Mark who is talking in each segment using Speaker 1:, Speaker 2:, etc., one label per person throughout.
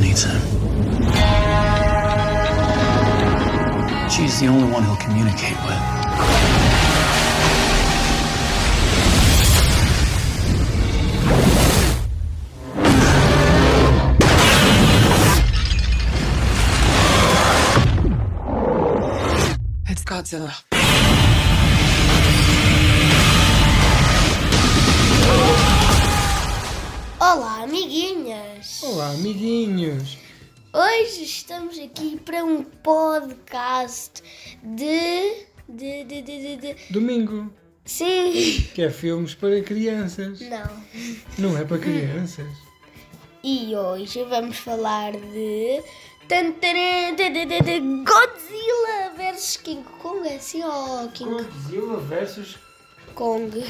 Speaker 1: needs him. She's the only one he'll communicate with.
Speaker 2: It's Godzilla.
Speaker 3: Olá, amiguinhas!
Speaker 4: Olá, amiguinhos!
Speaker 3: Hoje estamos aqui para um podcast de. de. de. de. de, de-
Speaker 4: Domingo,
Speaker 3: Sim!
Speaker 4: que é filmes para crianças.
Speaker 3: Não!
Speaker 4: Não é para crianças.
Speaker 3: E hoje vamos falar de. tan, taran, de, de, de, de Godzilla vs King Kong, é assim? Ou King
Speaker 4: Godzilla versus
Speaker 3: Kong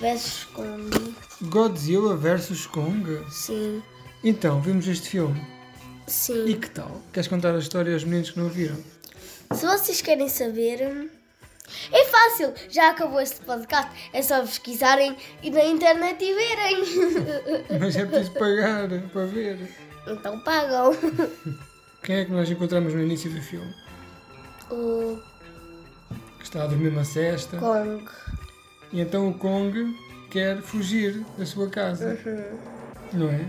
Speaker 3: versus Kong?
Speaker 4: Godzilla versus Kong.
Speaker 3: Sim,
Speaker 4: Então, vimos este filme. E
Speaker 3: sim.
Speaker 4: que tal? Queres contar a história aos meninos que não viram?
Speaker 3: Se vocês querem saber. É fácil, já acabou este podcast. É só pesquisarem e na internet e verem.
Speaker 4: Mas é preciso pagar para ver.
Speaker 3: Então pagam.
Speaker 4: Quem é que nós encontramos no início do filme?
Speaker 3: O
Speaker 4: Que está a dormir uma cesta.
Speaker 3: Kong.
Speaker 4: E então o Kong quer fugir da sua casa. Não é?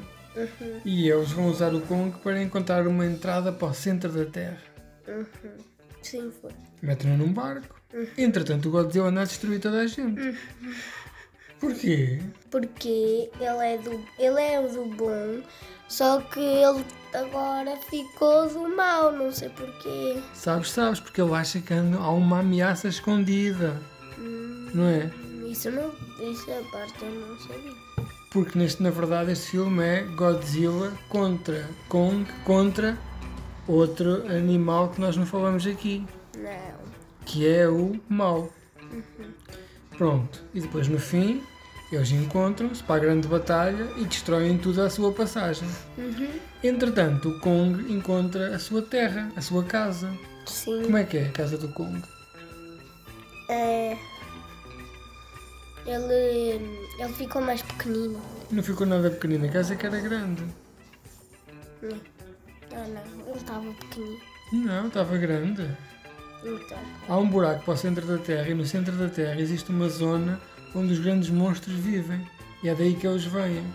Speaker 4: E eles vão usar o Kong para encontrar uma entrada para o centro da Terra.
Speaker 3: Sim, foi.
Speaker 4: Metem-no num barco. Entretanto, o Godzilla anda a destruir toda a gente. Porquê?
Speaker 3: Porque ele é do, ele é o do bom, só que ele agora ficou do mal, não sei porquê.
Speaker 4: Sabes, sabes, porque ele acha que anda- há uma ameaça escondida. Não é?
Speaker 3: Isso não, isso a parte eu não sabia.
Speaker 4: Porque neste, na verdade, este filme é Godzilla contra Kong contra outro animal que nós não falamos aqui,
Speaker 3: Não.
Speaker 4: que é o mau. Pronto. E depois no fim, eles encontram-se para a grande batalha e destroem tudo à sua passagem. Entretanto, o Kong encontra a sua terra, a sua casa.
Speaker 3: Sim.
Speaker 4: Como é que é a casa do Kong?
Speaker 3: É, ele, ele ficou mais pequenino.
Speaker 4: Não ficou nada pequenina, a casa é que era grande.
Speaker 3: Não, não, não ele estava pequenino.
Speaker 4: Não, estava grande.
Speaker 3: Então,
Speaker 4: Há um buraco para o centro da Terra e no centro da Terra existe uma zona onde os grandes monstros vivem. E é daí que eles vêm.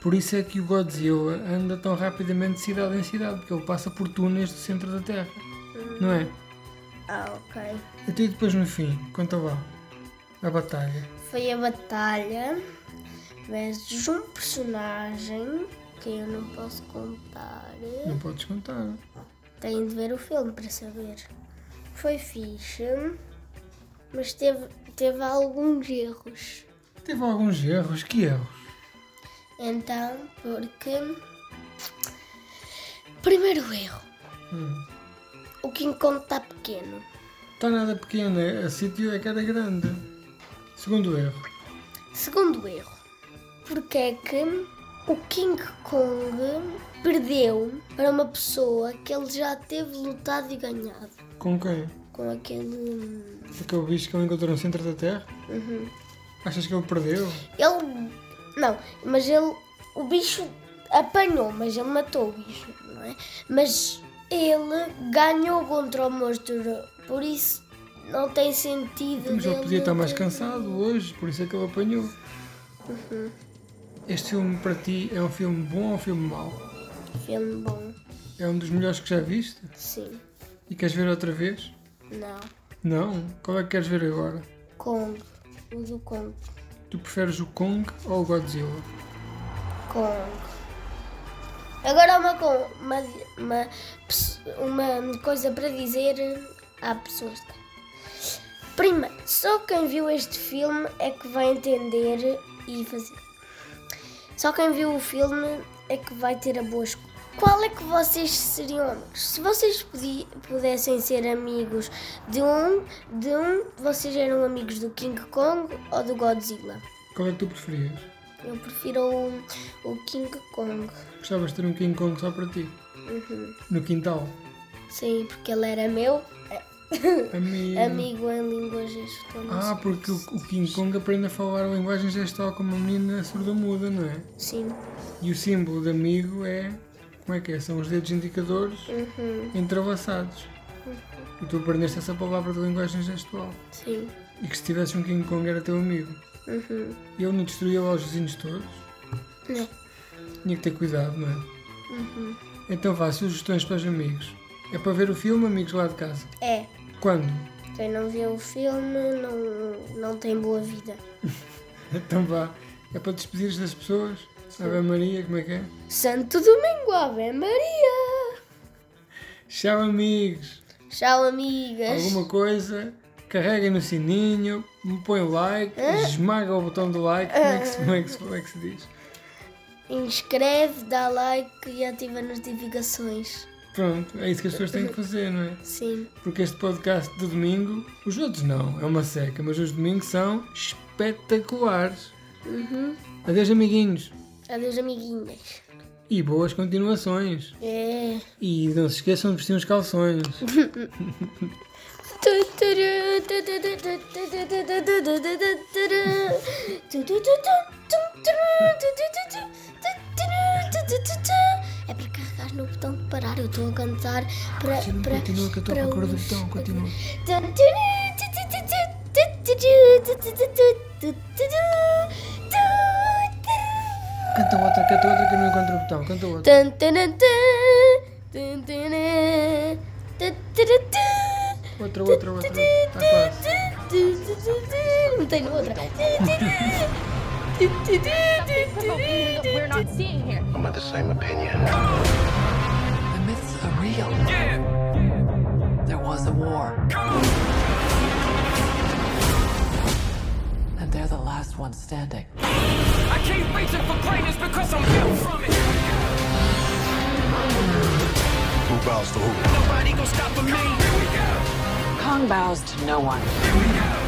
Speaker 4: Por isso é que o Godzilla anda tão rapidamente de cidade em cidade, porque ele passa por túneis do centro da Terra. Não é?
Speaker 3: ah, ok.
Speaker 4: Até depois no fim, conta lá. A batalha.
Speaker 3: Foi a batalha versus um personagem que eu não posso contar.
Speaker 4: Não podes contar.
Speaker 3: Tenho de ver o filme para saber. Foi fixe, mas teve, teve alguns erros.
Speaker 4: Teve alguns erros. Que erros?
Speaker 3: Então, porque. Primeiro erro. O King Kong está pequeno.
Speaker 4: Está nada pequena, a sítio é que era grande. Segundo erro.
Speaker 3: Segundo erro. Porque é que o King Kong perdeu para uma pessoa que ele já teve lutado e ganhado.
Speaker 4: Com quem?
Speaker 3: Com aquele. hum,
Speaker 4: Aquele bicho que ele encontrou no centro da Terra? Achas que ele perdeu?
Speaker 3: Ele. Não, mas ele. O bicho apanhou, mas ele matou o bicho, não é? Mas ele ganhou contra o monstro. Por isso não tem sentido.
Speaker 4: Mas ele
Speaker 3: dele
Speaker 4: podia estar mais
Speaker 3: ter-
Speaker 4: cansado hoje, por isso é que ele apanhou. Este filme para ti é um filme bom ou um filme mau?
Speaker 3: Filme bom.
Speaker 4: É um dos melhores que já viste?
Speaker 3: Sim.
Speaker 4: E queres ver outra vez?
Speaker 3: Não.
Speaker 4: Não? Qual é que queres ver agora?
Speaker 3: Kong. O do Kong.
Speaker 4: Tu preferes o Kong ou o Godzilla?
Speaker 3: Kong. Agora uma, co- uma, uma, pes- uma coisa para dizer à pessoa. Primeiro, só quem viu este filme é que vai entender e fazer. Só quem viu o filme é que vai ter a boa escolha. Qual é que vocês seriam amigos? Se vocês podi- pudessem ser amigos de um, de um, vocês eram amigos do King Kong ou do Godzilla?
Speaker 4: Qual é que tu preferias?
Speaker 3: Eu prefiro o, o King Kong.
Speaker 4: Gostavas de ter um King Kong só para ti? No quintal?
Speaker 3: Sim, porque ele era meu
Speaker 4: Amigo.
Speaker 3: amigo em línguas gestuais.
Speaker 4: Ah, porque o, o King Kong aprende a falar a linguagem é? gestual como uma menina surda-muda, não é?
Speaker 3: Sim,
Speaker 4: E o símbolo de amigo é como é que é? São os dedos indicadores
Speaker 3: Uhum.
Speaker 4: entrelaçados. E tu aprendeste essa palavra de linguagem gestual.
Speaker 3: Sim.
Speaker 4: E que se tivesse um King Kong era teu amigo.
Speaker 3: Uhum.
Speaker 4: E ele não destruía lá os vizinhos todos.
Speaker 3: Né?
Speaker 4: Tinha que ter cuidado, não é?
Speaker 3: Uhum.
Speaker 4: Então vá, sugestões para os amigos. É para ver o filme, amigos lá de casa.
Speaker 3: É.
Speaker 4: Quando?
Speaker 3: Quem não vê o filme não, não tem boa vida.
Speaker 4: Então vá. É para despedir das pessoas. Ave Maria, como é que é?
Speaker 3: Santo Domingo, Ave Maria!
Speaker 4: Tchau, amigos.
Speaker 3: Tchau, amigas!
Speaker 4: Alguma coisa? Carreguem no sininho, põem like, esmaga o botão do like. Como é que se, como é que se- como é que se diz?
Speaker 3: Inscreve, dá like e ativa notificações.
Speaker 4: Pronto, é isso que as pessoas têm que fazer, não é?
Speaker 3: Sim.
Speaker 4: Porque este podcast de domingo, os outros não, é uma seca, mas os domingos são espetaculares. Uhum. Adeus, amiguinhos,
Speaker 3: Adeus, amiguinhas.
Speaker 4: e boas continuações.
Speaker 3: É.
Speaker 4: E não se esqueçam de vestir os calções.
Speaker 3: É para carregar no botão de parar. Eu estou a cantar para.
Speaker 4: Continua,
Speaker 3: para
Speaker 4: continua, que eu estou
Speaker 3: para
Speaker 4: com a cor do
Speaker 3: os-
Speaker 4: botão, continua. Canta outra, canta outra que eu não encontro o botão, canta outra.
Speaker 3: Tan, tan, tan, tan, tan, tan, tan, tan, tan.
Speaker 4: Outra, outra, outra. Está quase.
Speaker 3: Não tenho outra.
Speaker 5: we're not seeing here.
Speaker 6: I'm of the same opinion.
Speaker 2: The myths are real. There was a war. And they're the last ones standing.
Speaker 7: I keep reaching for greatness because I'm built from it.
Speaker 6: Who bows to who?
Speaker 7: Nobody gonna stop for me. Here we go.
Speaker 2: Kong bows to no one.
Speaker 7: Here we go.